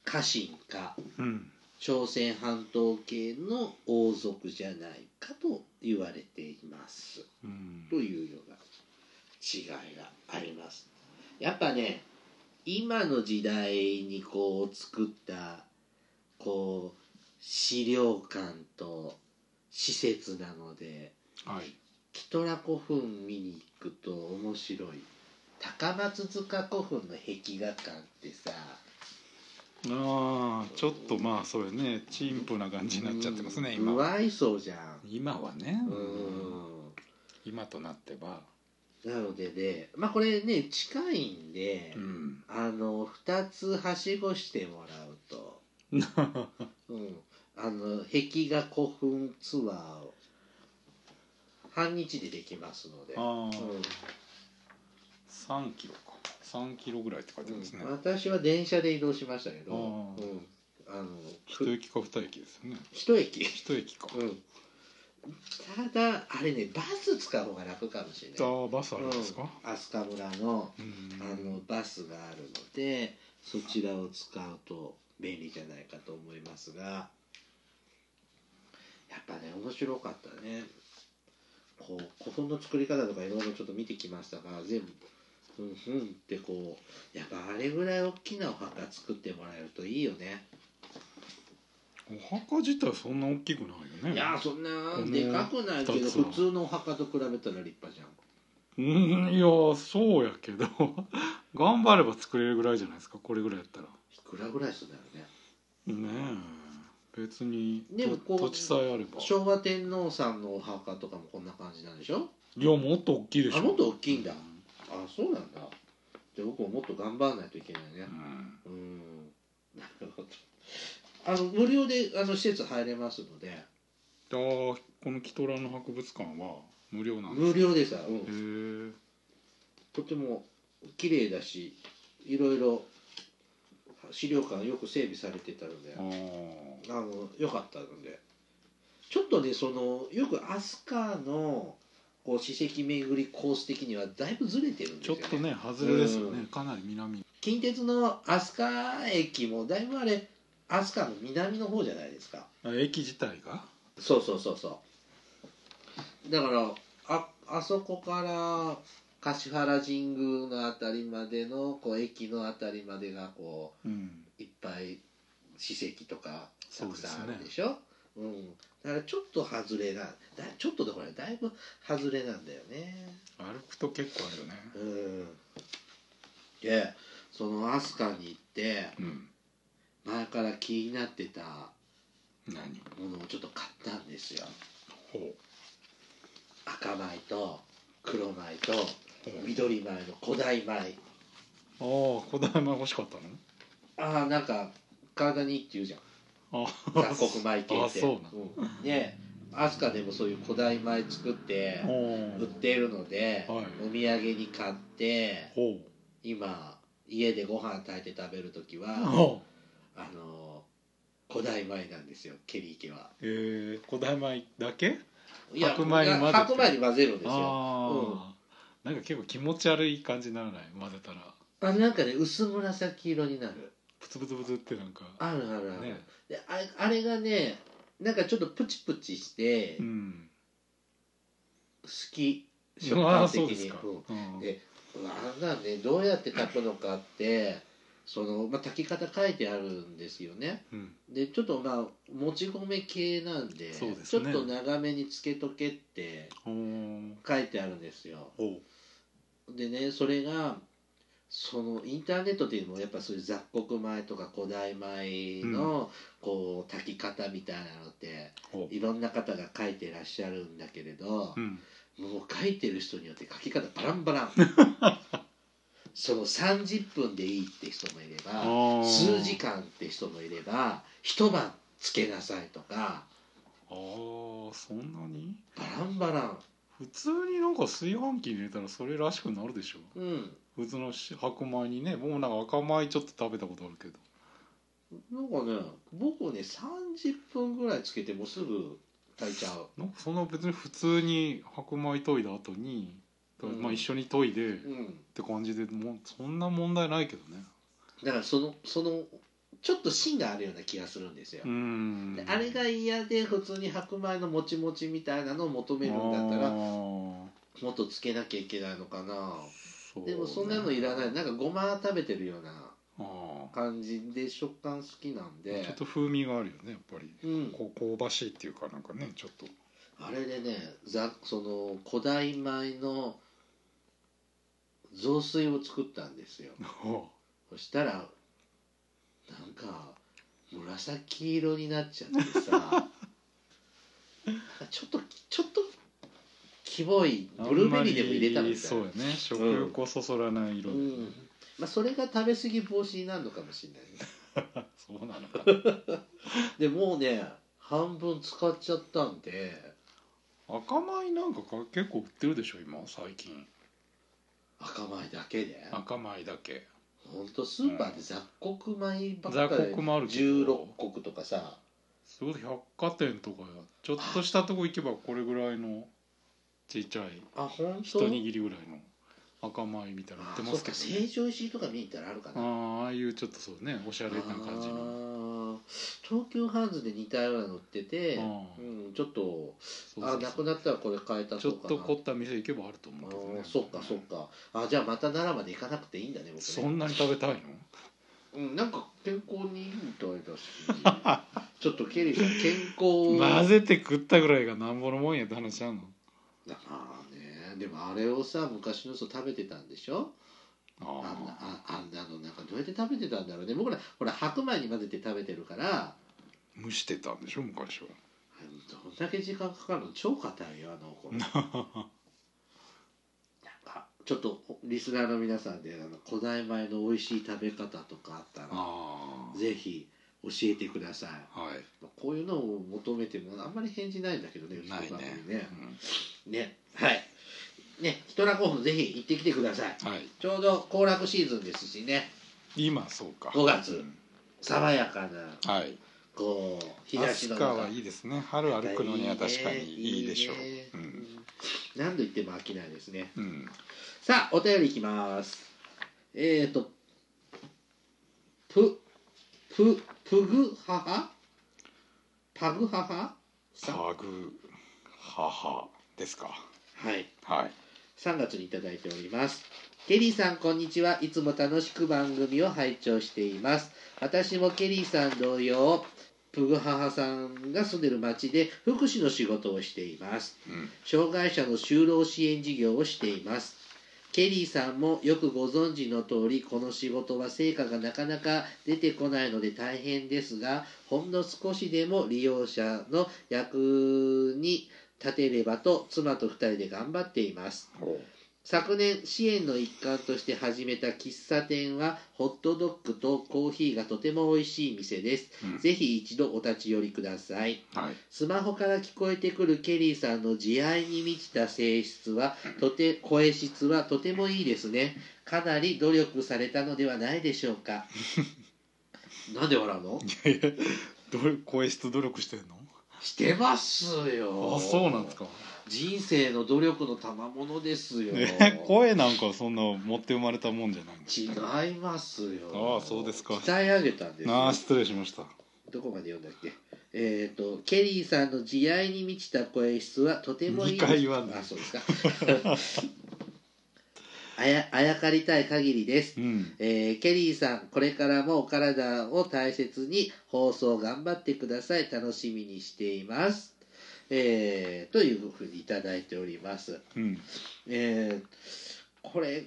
Speaker 1: 家臣か
Speaker 2: うん
Speaker 1: 朝鮮半島系の王族じゃないかと言われています
Speaker 2: うん
Speaker 1: というような違いがあります。やっぱね今の時代にこう作ったこう資料館と施設なので
Speaker 2: はい
Speaker 1: キトラ古墳見に行くと面白い高松塚古墳の壁画館ってさ
Speaker 2: ああちょっとまあそうやねチンプな感じになっちゃってますね
Speaker 1: うん
Speaker 2: 今
Speaker 1: 無
Speaker 2: は
Speaker 1: 愛想じゃん
Speaker 2: 今はね
Speaker 1: うん
Speaker 2: 今となってば
Speaker 1: なのでねまあこれね近いんで、
Speaker 2: うん
Speaker 1: あの2つはしごしてもらう と、うん、あの壁画古墳ツアーを半日でできますので、
Speaker 2: ああ
Speaker 1: う
Speaker 2: 3キロか3キロぐらいって書いてますね
Speaker 1: ん、私は電車で移動しましたけど、
Speaker 2: あ
Speaker 1: う
Speaker 2: ー
Speaker 1: ん、あの
Speaker 2: 一
Speaker 1: ふ
Speaker 2: 駅か二駅ですよね
Speaker 1: 一駅、
Speaker 2: 一駅か
Speaker 1: うん、ただあれねバス使う方が楽かもしれ
Speaker 2: あ
Speaker 1: ない
Speaker 2: ーバスあるんですか、
Speaker 1: うん飛鳥村の
Speaker 2: うん
Speaker 1: あのバスがあるのでそちらを使うと便利じゃないかと思いますがやっぱね面白かったねこう古墳の作り方とかいろいろちょっと見てきましたが全部ふんふんってこうやっぱあれぐらい大きなお墓作ってもらえるといいよね
Speaker 2: お墓自体そんな大きくないよね
Speaker 1: いやーそんなでかくないけど普通のお墓と比べたら立派じゃん
Speaker 2: うんいやそうやけど頑張れば作れるぐらいじゃないですかこれぐらいやったら
Speaker 1: いくらぐらいするんだろうね
Speaker 2: ねえ別に
Speaker 1: でもこう
Speaker 2: 土地さえあれば
Speaker 1: 昭和天皇さんのお墓とかもこんな感じなんでしょ
Speaker 2: いやもっと大きいでしょ
Speaker 1: あもっと大きいんだ
Speaker 2: う
Speaker 1: あそうなんだじゃあ僕ももっと頑張らないといけないね
Speaker 2: うん
Speaker 1: うんなるほどあの無料であの施設入れますので
Speaker 2: あーこのキトラの博物館は無料なん
Speaker 1: 無料でさ、う
Speaker 2: へ
Speaker 1: ん、
Speaker 2: え
Speaker 1: とても綺麗だしいろいろ資料館よく整備されてたので
Speaker 2: あー
Speaker 1: あの良かったのでちょっとねそのよく飛鳥のこう史跡巡りコース的にはだいぶずれてるんです
Speaker 2: ちょ
Speaker 1: よ、
Speaker 2: っ
Speaker 1: ね、
Speaker 2: とね外れですよ
Speaker 1: う
Speaker 2: ね
Speaker 1: ん
Speaker 2: かなり南
Speaker 1: 近鉄の飛鳥駅もだいぶあれ飛鳥の南の方じゃないですか
Speaker 2: あ駅自体が
Speaker 1: そうそうそうそうだからああそこから橿原神宮のあたりまでのこう駅のあたりまでがこ
Speaker 2: うん
Speaker 1: ういっぱい史跡とかた
Speaker 2: そう
Speaker 1: く
Speaker 2: です
Speaker 1: さ
Speaker 2: ね
Speaker 1: んあるでしょうん、だからちょっと外れなだちょっとでこれだいぶ外れなんだよね
Speaker 2: 歩くと結構あるよね
Speaker 1: うんでその飛鳥に行って
Speaker 2: うん
Speaker 1: 前から気になってた
Speaker 2: 何
Speaker 1: ものをちょっと買ったんですよ
Speaker 2: ほう
Speaker 1: 赤米と黒米と
Speaker 2: ほう
Speaker 1: 緑米の古代米
Speaker 2: ああ古代米欲しかった
Speaker 1: ああなんか体にいいって言うじゃん
Speaker 2: の あ
Speaker 1: 雑穀米系
Speaker 2: あ
Speaker 1: って
Speaker 2: そうな
Speaker 1: うんで飛鳥でもそういう古代米作って売っ
Speaker 2: の
Speaker 1: てるので、
Speaker 2: はい
Speaker 1: お土産に買って
Speaker 2: ほう
Speaker 1: 今家でご飯炊いて食べる時は
Speaker 2: ほう
Speaker 1: あの古代米なんですよケリー家は
Speaker 2: えー、古代米だけ
Speaker 1: いや
Speaker 2: 白米に混ぜて
Speaker 1: 白米に混ぜるんですよ
Speaker 2: ああ、なんか結構気持ち悪い感じにならない混ぜたら
Speaker 1: あなんかね薄紫色になる
Speaker 2: ブツブツブツってなんか
Speaker 1: あるあるある、
Speaker 2: ね
Speaker 1: であれあれがねなんかちょっとプチプチして
Speaker 2: う
Speaker 1: 好
Speaker 2: ん
Speaker 1: き、食
Speaker 2: ああ
Speaker 1: 感的
Speaker 2: そうです
Speaker 1: に
Speaker 2: か、
Speaker 1: うん
Speaker 2: うん
Speaker 1: であんなんねどうやって炊くのかってその、まあ、炊き方書いてあるんですよね
Speaker 2: うん
Speaker 1: でちょっとまあもち米系なんで
Speaker 2: そうです
Speaker 1: ちょ
Speaker 2: ね
Speaker 1: っと長めにつけとけって
Speaker 2: ほう
Speaker 1: 書いてあるんですよ
Speaker 2: ほう
Speaker 1: でねそれがそのインターネットでもやっぱそういう雑穀米とか古代米のこう炊き方みたいなのって
Speaker 2: ほう
Speaker 1: いろんな方が書いてらっしゃるんだけれど
Speaker 2: う、ん
Speaker 1: もう書いてる人によって書き方バランバラ ンその30分でいいって人もいれ
Speaker 2: あ
Speaker 1: ば
Speaker 2: ー
Speaker 1: 数時間って人もいれば一晩つけなさいとか
Speaker 2: ああそんなに
Speaker 1: バランバラン
Speaker 2: 普通になんか炊飯器に入れたらそれらしくなるでしょ
Speaker 1: うん
Speaker 2: 普通のし白米にねもうなんか赤米ちょっと食べたことあるけど
Speaker 1: なんかね僕ね30分ぐらいつけてもうすぐ炊いちゃう
Speaker 2: なんかそんな別に普通に白米研いだ後に、
Speaker 1: うん
Speaker 2: まあ一緒に研いで、
Speaker 1: うん
Speaker 2: って感じでもうそんな問題ないけどね
Speaker 1: だからそのそのちょっと芯があるような気がするんですよ、
Speaker 2: ん
Speaker 1: であれが嫌で普通に白米のもちもちみたいなのを求めるんだった
Speaker 2: あ
Speaker 1: ら
Speaker 2: ー
Speaker 1: もっとつけなきゃいけないのかな
Speaker 2: うね
Speaker 1: でもそんなのいらないなんかごま食べてるような
Speaker 2: あ
Speaker 1: 感じで食感好きなん
Speaker 2: ー
Speaker 1: で
Speaker 2: ちょっと風味があるよねやっぱり
Speaker 1: うん、
Speaker 2: こう香ばしいっていうかなんかねちょっ と
Speaker 1: あれでねざその古代米の雑炊を作ったんですよ
Speaker 2: あ
Speaker 1: そしたらなんか紫色になっちゃってさなんかちょっとちょっとキモい
Speaker 2: ー
Speaker 1: ブルーベリーでも入れたみたいな
Speaker 2: そうやね食欲をそそらない色
Speaker 1: う
Speaker 2: で、
Speaker 1: んまあ、それが食べ過ぎ防止になるのかもしれないね
Speaker 2: そうなのか
Speaker 1: でもうね半分使っちゃったんで
Speaker 2: 赤米なんかか結構売ってるでしょ今最近
Speaker 1: 赤米だけで
Speaker 2: 赤米だけ
Speaker 1: ほんとスーパーで雑穀米ばっ
Speaker 2: 雑
Speaker 1: かり
Speaker 2: 穀もあるけど
Speaker 1: 16穀とかさ
Speaker 2: それこそ百貨店とかやちょっとしたとこ行けばこれぐらいのちっちゃい
Speaker 1: あ本
Speaker 2: 一
Speaker 1: 当
Speaker 2: 握りぐらいの赤米みたいなの売ってますけ
Speaker 1: あそっか
Speaker 2: ど、
Speaker 1: 成
Speaker 2: ね、
Speaker 1: 城石井とか見に行ったらあるか
Speaker 2: あ
Speaker 1: なあ
Speaker 2: ーああいうちょっとそうねおしゃれな感じの
Speaker 1: ー東急ハンズで似たようなの売ってて、
Speaker 2: あ
Speaker 1: うん、ちょっと
Speaker 2: そう
Speaker 1: あ
Speaker 2: そう
Speaker 1: な
Speaker 2: そ
Speaker 1: く
Speaker 2: う
Speaker 1: なったらこれ変えた
Speaker 2: ちょ
Speaker 1: と
Speaker 2: っ
Speaker 1: かな
Speaker 2: と凝った店行けばあると思うけど
Speaker 1: あ
Speaker 2: ね
Speaker 1: ーそっかそっかあじゃあまた奈良まで行かなくていいんだね僕ね
Speaker 2: そんなに食べたいの
Speaker 1: うん、なんか健康にいいみたいだし ちょっとケリーさん健康
Speaker 2: 混ぜて食ったぐらいがなんぼのもんやって話やんの
Speaker 1: まあねでもあれをさ昔の人食べてたんでしょあんな
Speaker 2: ああ
Speaker 1: ああんなのなんかどうやって食べてたんだろうね僕らほら白米に混ぜて食べてるから
Speaker 2: 蒸してたんでしょ昔は
Speaker 1: どんだけ時間かかるの超硬いよあの 頃なんかちょっとリスナーの皆さんであの古代米の美味しい食べ方とかあったら
Speaker 2: あ
Speaker 1: ぜひ教えてください
Speaker 2: あはい、
Speaker 1: まあこういうのを求めてもあんまり返事ないんだけどねうちの
Speaker 2: ないね
Speaker 1: 番組ねねはいねヒトラー候補ぜひ行ってきてください
Speaker 2: うんはい
Speaker 1: ちょうど行楽シーズンですしね
Speaker 2: 今そうか
Speaker 1: 5月
Speaker 2: うん
Speaker 1: 爽やかな
Speaker 2: はい
Speaker 1: こう日差し
Speaker 2: 飛
Speaker 1: の
Speaker 2: 鳥はいいですね春歩くのには確かにいいでしょう
Speaker 1: いいね
Speaker 2: うん
Speaker 1: 何度言っても飽きないですね
Speaker 2: うん
Speaker 1: さあお便りいきますえっ、ー、とプププグ母パグ母さん
Speaker 2: サグ母ですか
Speaker 1: はい
Speaker 2: はい
Speaker 1: 3月にいただいておりますケリーさんこんにちはいつも楽しく番組を拝聴しています私もケリーさん同様プグ母さんが住んでる町で福祉の仕事をしています
Speaker 2: うん
Speaker 1: 障害者の就労支援事業をしていますケリーさんもよくご存知の通りこの仕事は成果がなかなか出てこないので大変ですがほんの少しでも利用者の役に立てればと妻と2人で頑張っています
Speaker 2: おう
Speaker 1: 昨年支援の一環として始めた喫茶店はホットドッグとコーヒーがとても美味しい店です、
Speaker 2: うん
Speaker 1: ぜひ一度お立ち寄りください
Speaker 2: はい
Speaker 1: スマホから聞こえてくるケリーさんの慈愛に満ちた性質はとて声質はとてもいいですねかなり努力されたのではないでしょう かなんで笑うの
Speaker 2: いやいやどれ声質努力してんの
Speaker 1: してますよ
Speaker 2: あそうなんですか
Speaker 1: 人生の努力の賜物ですよ、
Speaker 2: え 声なんかそんな持って生まれたもんじゃないんです
Speaker 1: 違いますよ
Speaker 2: ああそうですか
Speaker 1: 鍛え上げたんですよ
Speaker 2: ああ失礼しました
Speaker 1: どこまで読んだっけえっ、とケリーさんの慈愛に満ちた声質はとてもいい
Speaker 2: 二回言わない
Speaker 1: あそうですか あやあやかりたい限りです
Speaker 2: うん
Speaker 1: えーケリーさんこれからもお体を大切に放送頑張ってください楽しみにしています、えーというふうにいただいております
Speaker 2: うん
Speaker 1: えーこれ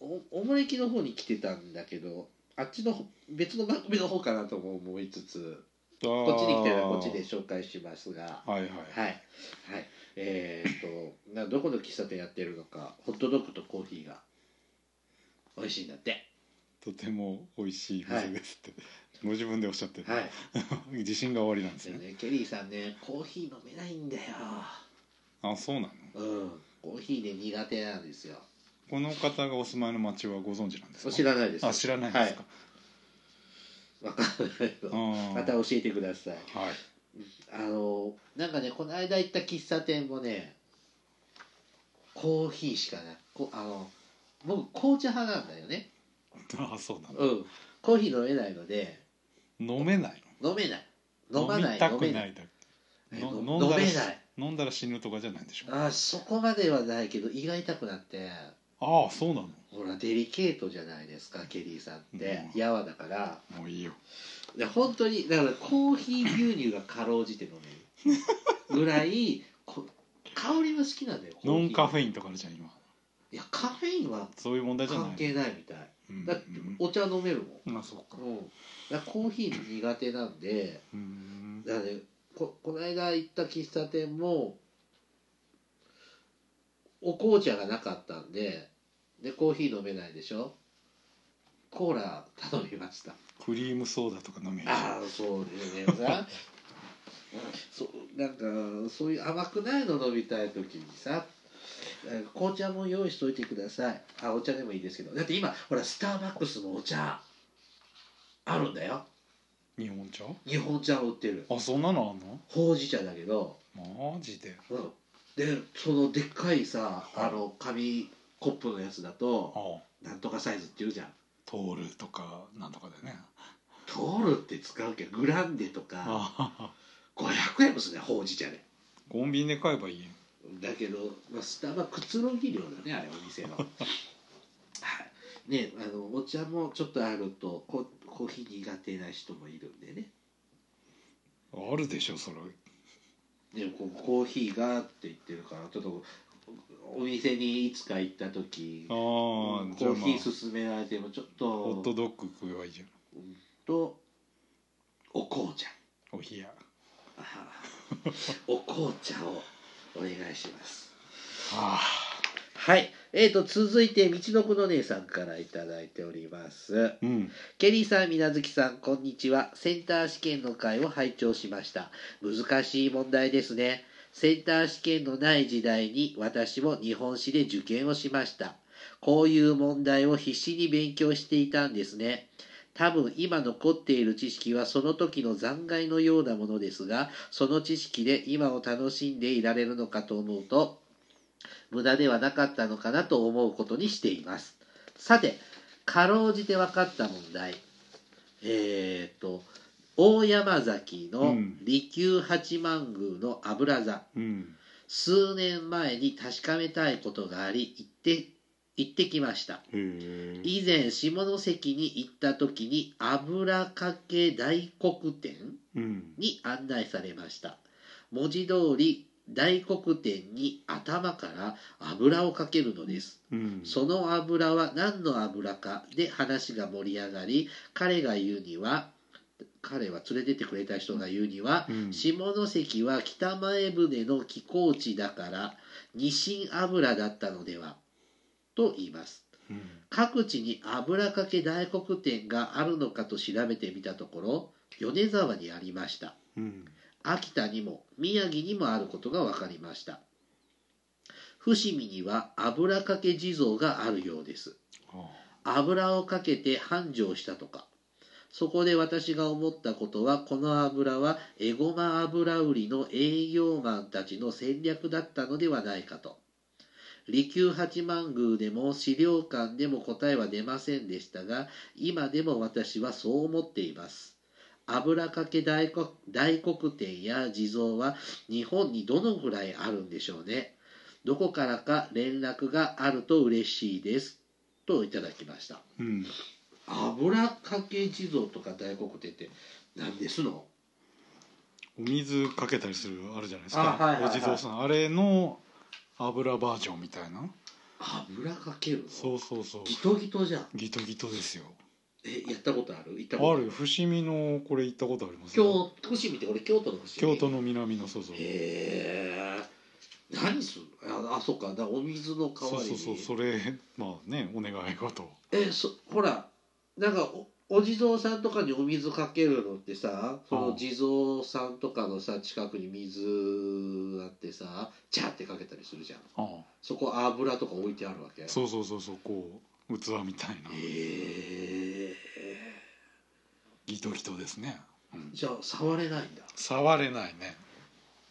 Speaker 1: おおもれきの方に来てたんだけどあっちの別の番組の方かなとも思いつつこ
Speaker 2: こ
Speaker 1: っちに来たらこっちで紹介しますが
Speaker 2: はいはい
Speaker 1: はいはいえーっと などこの喫茶店やってるのかホットドッグとコーヒーが美味しいんだって
Speaker 2: とても美味しい店ですって、ご自分でおっしゃってる、
Speaker 1: はい
Speaker 2: 自信が終わりなんです
Speaker 1: でも
Speaker 2: ね
Speaker 1: ねケリーさんねコーヒー飲めないんだよ
Speaker 2: あそうなの
Speaker 1: うんコーヒーね苦手なんですよ
Speaker 2: この方がお住まいの町はご存知なんですか
Speaker 1: 知らないです
Speaker 2: あ知らないですか、
Speaker 1: はい、わかんないけ
Speaker 2: あ
Speaker 1: ど
Speaker 2: ー
Speaker 1: また教えてください
Speaker 2: はい
Speaker 1: あのなんかねこの間行った喫茶店もねコーヒーしかないこあの僕紅茶派なんだよね
Speaker 2: あそうな
Speaker 1: う
Speaker 2: の
Speaker 1: んコーヒー飲めないので
Speaker 2: 飲めない
Speaker 1: 飲めない飲まない
Speaker 2: みたく
Speaker 1: 飲め
Speaker 2: な
Speaker 1: ない
Speaker 2: いだ
Speaker 1: え
Speaker 2: の
Speaker 1: 飲
Speaker 2: 飲ん
Speaker 1: 飲
Speaker 2: だら
Speaker 1: め
Speaker 2: し
Speaker 1: ない
Speaker 2: 飲んだら死ぬとかじゃないでしょ
Speaker 1: あそこまではないけど胃が痛くなって
Speaker 2: ああそうなの
Speaker 1: ほらデリケートじゃないですかケリーさんって
Speaker 2: うん
Speaker 1: やわだから
Speaker 2: もういいよ
Speaker 1: で本当にだからコーヒー牛乳がかろうじて飲 めるぐらいこ香りは好きなんだよコー
Speaker 2: ノ
Speaker 1: ヒー
Speaker 2: ンカフェインとかあるじゃん今
Speaker 1: いやカフェインは
Speaker 2: そういう問題じゃない
Speaker 1: 関係ないみたい
Speaker 2: うん
Speaker 1: だってお茶飲めるも
Speaker 2: うんまあそうか
Speaker 1: ん、うん、だからコーヒー苦手なんで
Speaker 2: うん
Speaker 1: だからねここの間行った喫茶店もお紅茶がなかったんででコーヒー飲めないでしょコーラ頼みました
Speaker 2: クリームソーダとか飲める
Speaker 1: ああそうですねさ そうなんかそういう甘くないの飲みたい時にさえー紅茶も用意しといてくださいあお茶でもいいですけどだって今ほらスターバックスのお茶あるんだよ
Speaker 2: 日本茶
Speaker 1: 日本茶を売ってる
Speaker 2: あそんなのあ
Speaker 1: ほうじ茶だけど、
Speaker 2: んのマジで
Speaker 1: うんでそのでっかいさ
Speaker 2: はい
Speaker 1: あの紙コップのやつだと
Speaker 2: あ
Speaker 1: なんとかサイズって言うじゃん
Speaker 2: 通るとかなんとかだよね
Speaker 1: 通るって使うけどグランデとか
Speaker 2: あ
Speaker 1: 500円もするねほうじ茶で
Speaker 2: コンビニで買えばいい
Speaker 1: だけど、まあ、スタバくつろぎ量だねあれお 店のはいねあのお茶もちょっとあるとココーヒー苦手な人もいるんでね
Speaker 2: あるでしょそれ
Speaker 1: でもこうコーヒーがって言ってるからちょっとお店にいつか行った時
Speaker 2: あ
Speaker 1: コ
Speaker 2: あじゃあ
Speaker 1: ー
Speaker 2: ま
Speaker 1: ヒ
Speaker 2: あ
Speaker 1: ー勧められてもちょっ
Speaker 2: ホッ
Speaker 1: と
Speaker 2: トドッグ食えばいいじゃん
Speaker 1: とお紅茶
Speaker 2: お冷や
Speaker 1: あーお紅茶をお願いします
Speaker 2: あ
Speaker 1: はいえー、と続いてみちのくの姉さんからいただいております
Speaker 2: ーうん
Speaker 1: ケリーさん、みなずきさん、こんにちは。センター試験の会を拝聴しました。難しい問題ですね。センター試験のない時代に私も日本史で受験をしました。こういう問題を必死に勉強していたんですね。多分今残っている知識はその時の残骸のようなものですが、その知識で今を楽しんでいられるのかと思うと、無駄ではなかったのかなと思うことにしています。さて、かろうじて分かった問題えっ、と大山崎
Speaker 2: う
Speaker 1: の
Speaker 2: ん
Speaker 1: 利休八幡宮の油座、
Speaker 2: うん
Speaker 1: 数年前に確かめたいことがあり行って行ってきました
Speaker 2: へえ
Speaker 1: 以前下関に行った時に油かけ大黒天
Speaker 2: うん
Speaker 1: に案内されました文字通り大黒天に頭から油をかけるのです
Speaker 2: うん
Speaker 1: その油は何の油かで話が盛り上がり彼が言うには彼は連れてってくれた人が言うには、
Speaker 2: うん
Speaker 1: 下関は北前船の寄港地だからニシン油だったのではと言います
Speaker 2: うん
Speaker 1: 各地に油かけ大黒天があるのかと調べてみたところ米沢にありました
Speaker 2: うん
Speaker 1: 秋田にも宮城にもあることが分かりました伏見には油かけ地蔵があるようです
Speaker 2: あ
Speaker 1: 油をかけて繁盛したとかそこで私が思ったことはこの油はエゴマ油売りの営業マンたちの戦略だったのではないかと利休八幡宮でも資料館でも答えは出ませんでしたが今でも私はそう思っています油かけ大黒大黒天や地蔵は日本にどのぐらいあるんでしょうねどこからか連絡があると嬉しいですといただきました
Speaker 2: うん
Speaker 1: 油かけ地蔵とか大黒天って何ですの
Speaker 2: お水かけたりするあるじゃないですか、
Speaker 1: あはいはいはい
Speaker 2: お地蔵さんあれの油バージョンみたいな
Speaker 1: 油かけるの
Speaker 2: そうそうそう
Speaker 1: ギトギトじゃん
Speaker 2: ギトギトですよ
Speaker 1: えやったことある行ったこと
Speaker 2: あるよ伏見のこれ行ったことあります
Speaker 1: 京伏見ってこれ京都の伏見
Speaker 2: 京都の南のそうそう
Speaker 1: へえ何するああそうかだからお水の代
Speaker 2: そう
Speaker 1: わり
Speaker 2: そう
Speaker 1: に
Speaker 2: そうそれまあねお願い事
Speaker 1: えそほらなんかおお地蔵さんとかにお水かけるのってさその地蔵さんとかのさ近くに水あってさチャーってかけたりするじゃん
Speaker 2: あ
Speaker 1: そこ油とか置いてあるわけ
Speaker 2: あそうそうそうそうこう器みたいな
Speaker 1: へえ
Speaker 2: ギトギトですね、うん
Speaker 1: じゃあ触れないんだ
Speaker 2: 触れないね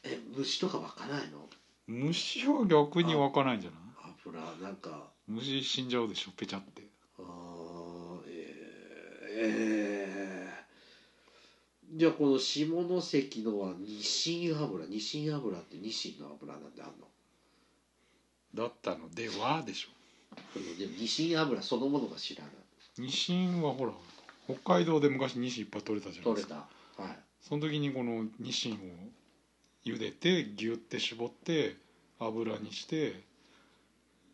Speaker 1: え虫とか湧かないの
Speaker 2: 虫は逆に湧かないんじゃない
Speaker 1: 油なんか
Speaker 2: 虫死んじゃうでしょぺちゃって
Speaker 1: あーえー、えー、じゃあこの下関のはニシン油ニシン油ってニシンの油なんてあんの
Speaker 2: だったのではでしょ
Speaker 1: でもニシン油そのものが知らない
Speaker 2: ニシンはほら北海道で昔ニシンいっぱい取れたじゃな
Speaker 1: 取
Speaker 2: いで
Speaker 1: れ
Speaker 2: す
Speaker 1: た
Speaker 2: か
Speaker 1: はい
Speaker 2: その時にこのニシンを茹でてギュッて絞って油にして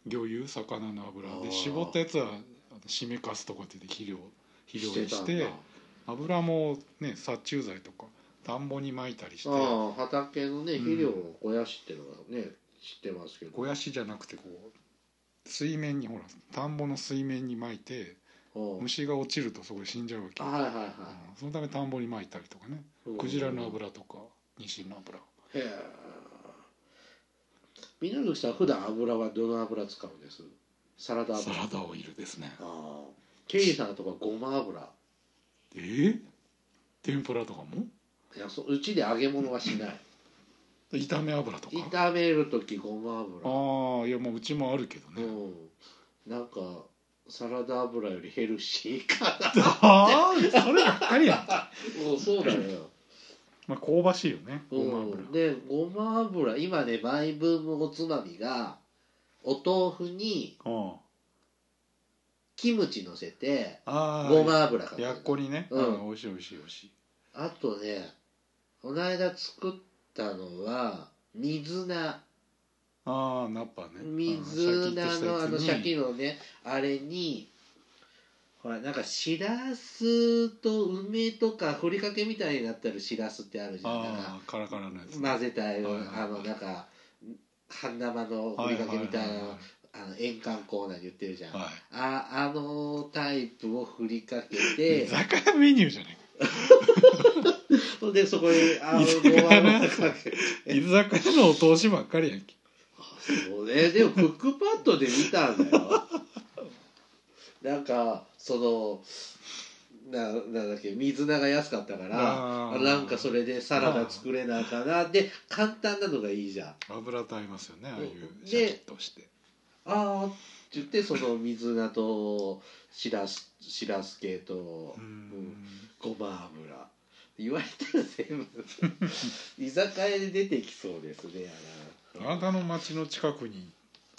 Speaker 2: 魚油魚の油
Speaker 1: あー
Speaker 2: で絞ったやつはあの締めかすとかって言って肥料肥料にして
Speaker 1: たんだ
Speaker 2: 油もね殺虫剤とか田んぼに撒いたりして
Speaker 1: あー畑のね
Speaker 2: うん
Speaker 1: 肥料を肥やしっていうのはね、知ってますけど
Speaker 2: 肥やしじゃなくてこう水面にほら田んぼの水面に撒いて
Speaker 1: うん
Speaker 2: 虫が落ちるとそこで死んじゃうわけ
Speaker 1: あはいはいは
Speaker 2: うんそのため田んぼに撒いたりとかね
Speaker 1: い
Speaker 2: クジラの油とかニシンの油
Speaker 1: へえ皆月さん普段油はどの油使うんですサラダ
Speaker 2: サ
Speaker 1: 油
Speaker 2: ラダオイルですね
Speaker 1: ああケイさんとかごま油
Speaker 2: えー天ぷらとかも
Speaker 1: いやそううちで揚げ物はしない
Speaker 2: 炒め油とか
Speaker 1: 炒める時ごま油
Speaker 2: ああいやまあうちもあるけど
Speaker 1: う
Speaker 2: ね
Speaker 1: んなんかサラダ油よりヘルシーかな
Speaker 2: ああそればっかりやん、
Speaker 1: うんそうだよ、
Speaker 2: まあ、香ばしいよね
Speaker 1: う
Speaker 2: ごま油
Speaker 1: ん、でごま油今ねマイブームおつまみがお豆腐に
Speaker 2: あ
Speaker 1: キムチのせて
Speaker 2: あ
Speaker 1: ごま油かける
Speaker 2: やっこにね、
Speaker 1: うん
Speaker 2: うん、美味しい美味しい美味しい
Speaker 1: あとねこの間作ったのは水菜
Speaker 2: ああナッパね
Speaker 1: 水菜のあのシャキ
Speaker 2: ッ
Speaker 1: のねあれにほらなんかしらすと梅とかふりかけみたいになってるしらすってあるじゃんなんか
Speaker 2: ああーカラカラのやつ、
Speaker 1: 混ぜたよ
Speaker 2: はいはいはい
Speaker 1: あのなんか半生のふ
Speaker 2: はい
Speaker 1: り
Speaker 2: は
Speaker 1: かけ
Speaker 2: いはいは
Speaker 1: み
Speaker 2: い
Speaker 1: たいなあの円環コーナーで言ってるじゃん、
Speaker 2: は
Speaker 1: ああのタイプをふりかけ
Speaker 2: い
Speaker 1: て
Speaker 2: 居酒屋メニューじゃない
Speaker 1: ほんでそこにあの
Speaker 2: 居酒
Speaker 1: ごま
Speaker 2: 屋の
Speaker 1: 油
Speaker 2: やつ
Speaker 1: かけて
Speaker 2: 居酒屋のお通しばっかりやんけ
Speaker 1: そうね、でもクックパッドで見たんだよなんかそのななんだっけ水菜が安かったから
Speaker 2: あー
Speaker 1: なんかそれでサラダ作れなあかなで簡単なのがいいじゃんあ
Speaker 2: 油と合いますよねああいう
Speaker 1: で
Speaker 2: シャキッとして
Speaker 1: あーって言ってその水菜としらすしらす系と
Speaker 2: うーん
Speaker 1: ごま油言われたら全部居酒屋で出てきそうですねあら
Speaker 2: あなたの町の近くに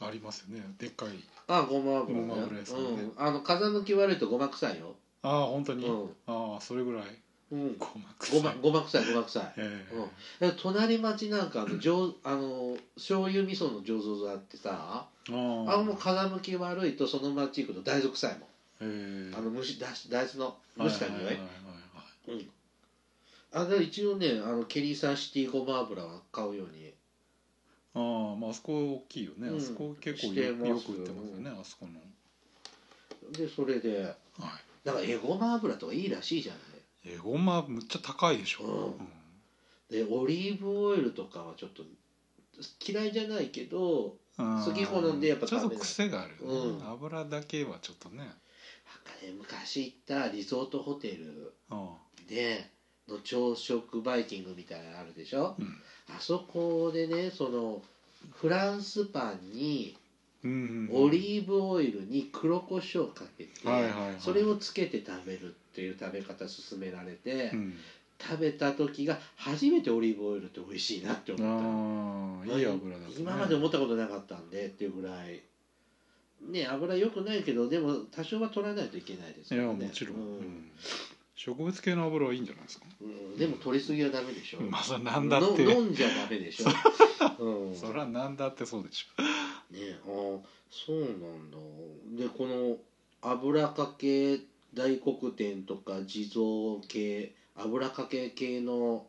Speaker 2: ありますよねでっかい
Speaker 1: あごま油,、
Speaker 2: ごま油屋さんね
Speaker 1: うん、あの風向き悪いとごま臭いよ
Speaker 2: ああ本当に、
Speaker 1: うん
Speaker 2: ああそれぐらい
Speaker 1: うん
Speaker 2: ごま臭い
Speaker 1: ごまごま臭いごま臭い
Speaker 2: ええ
Speaker 1: うんでも隣町なんかあの上あの醤油味噌の醸造所あってさ
Speaker 2: あ
Speaker 1: あのもう風向き悪いとその町行くと大豆臭いもん
Speaker 2: ええ
Speaker 1: あの虫だし大豆の蒸した匂い
Speaker 2: はいはいはいは
Speaker 1: う
Speaker 2: い
Speaker 1: んあでも一応ねあのケリーサンシティごま油は買うように
Speaker 2: ああまああそこ大きいよね、
Speaker 1: うん
Speaker 2: あそこ結構
Speaker 1: して
Speaker 2: よ
Speaker 1: ます
Speaker 2: よく売ってますよねあそこの
Speaker 1: でそれで
Speaker 2: は
Speaker 1: なんかえごま油とかいいらしいじゃんね
Speaker 2: いえごまむっちゃ高いでしょ、
Speaker 1: うんでオリーブオイルとかはちょっと嫌いじゃないけど
Speaker 2: うん
Speaker 1: 好き好んでやっぱ
Speaker 2: ちょっ
Speaker 1: 食
Speaker 2: と
Speaker 1: べない
Speaker 2: 癖があるよね、
Speaker 1: うん
Speaker 2: 油だけはちょっとね
Speaker 1: なんかね昔行ったリゾートホテル
Speaker 2: あ
Speaker 1: での朝食バイキングみたいなのあるでしょ
Speaker 2: あ
Speaker 1: あそこでねそのフランスパンに
Speaker 2: うん、うん
Speaker 1: オリーブオイルに黒胡椒かけて、
Speaker 2: はいはいはい
Speaker 1: それをつけて食べるっていう食べ方勧められて、
Speaker 2: うん
Speaker 1: 食べた時が初めてオリーブオイルって美味しいなって思ったの
Speaker 2: ああいい油だとね
Speaker 1: 今まで思ったことなかったんでっていうぐらいね油良くないけどでも多少は取らないといけないです
Speaker 2: いや
Speaker 1: よね
Speaker 2: もちろん、
Speaker 1: うん
Speaker 2: うん植物系の油はいいんじゃないですか、
Speaker 1: うんでも取りすぎはダメでしょ、
Speaker 2: まあそれなんだって、
Speaker 1: の飲んじゃダメでしょ、うん、
Speaker 2: そりゃなんだってそうでしょ
Speaker 1: ねあーそうなんだでこの油かけ大黒天とか地蔵系油かけ系の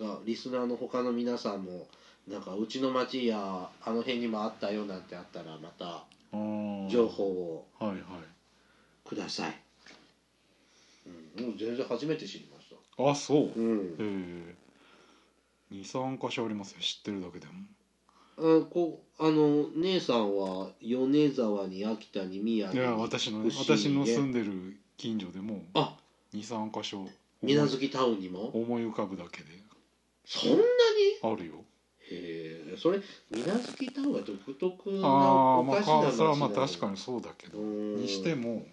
Speaker 1: がリスナーの他の皆さんもなんかうちの町やあの辺にもあったよなんてあったらまた
Speaker 2: ああ
Speaker 1: 情報を
Speaker 2: はいはい
Speaker 1: ください、うん、もう全然初めて知りまし
Speaker 2: あそう、
Speaker 1: たうん
Speaker 2: ええ23箇所ありますよ知ってるだけでも
Speaker 1: あこあの姉さんは米沢に秋田に宮
Speaker 2: い
Speaker 1: 城
Speaker 2: や
Speaker 1: に
Speaker 2: 私の
Speaker 1: 牛
Speaker 2: 私の
Speaker 1: ね
Speaker 2: 住んでる近所でも
Speaker 1: あ
Speaker 2: 23箇所
Speaker 1: 水無
Speaker 2: 思い
Speaker 1: 月タウンにも
Speaker 2: 思い浮かぶだけで
Speaker 1: そんなに
Speaker 2: あるよ
Speaker 1: へえそれ水無月タウンは独特な
Speaker 2: ああ
Speaker 1: お
Speaker 2: まあ
Speaker 1: 菓子
Speaker 2: か
Speaker 1: だ
Speaker 2: それはまあ確かにそうだけど
Speaker 1: に
Speaker 2: にしても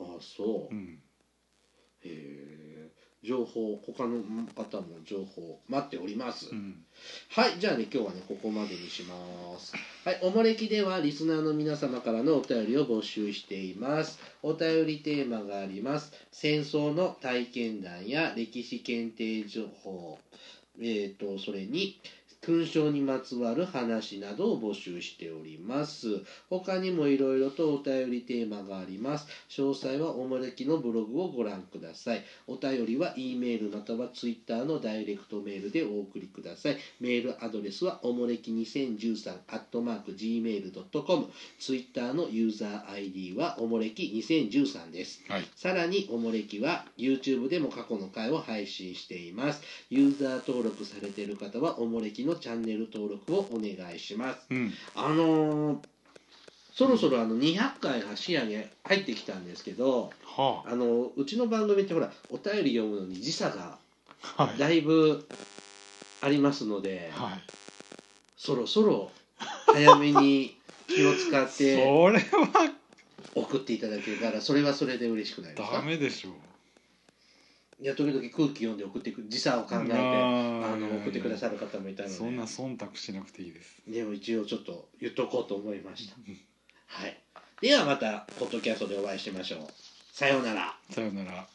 Speaker 1: あそううへ
Speaker 2: ん
Speaker 1: え情報他の方も情報待っております、
Speaker 2: うん
Speaker 1: はいじゃあね今日はねここまでにしますはいおもれきではリスナーの皆様からのお便りを募集していますお便りテーマがあります戦争の体験談や歴史検定情報えー、とそれに勲章にまつわる話などを募集しております他にもいろいろとお便りテーマがあります詳細はおもれきのブログをご覧くださいお便りは E メールまたは Twitter のダイレクトメールでお送りくださいメールアドレスはおもれき2013 gmail.com Twitter のユーザー ID はおもれき2013です
Speaker 2: はい
Speaker 1: さらにおもれきは YouTube でも過去の回を配信しています。ユーザー登録されている方はおもれきのチャンネル登録をお願いします。
Speaker 2: うん
Speaker 1: あのーそろそろあの200回足上げ入ってきたんですけど
Speaker 2: は
Speaker 1: あのうちの番組ってほらお便り読むのに時差が
Speaker 2: あはい
Speaker 1: だいぶありますので、
Speaker 2: はい
Speaker 1: そろそろ早めに気を使っ
Speaker 2: それ
Speaker 1: て
Speaker 2: は
Speaker 1: 送っていただけたらそれはそれで嬉しくないです
Speaker 2: ダ
Speaker 1: か
Speaker 2: メでしょう
Speaker 1: いや時々空気読んで送ってく時差を考えてあの送ってくださ
Speaker 2: る
Speaker 1: る方もいたので
Speaker 2: そんな忖度しなくていいです
Speaker 1: でも一応ちょっと言っとこうと思いましたはいではまたポッドキャストでお会いしましょうさようなら
Speaker 2: さよなら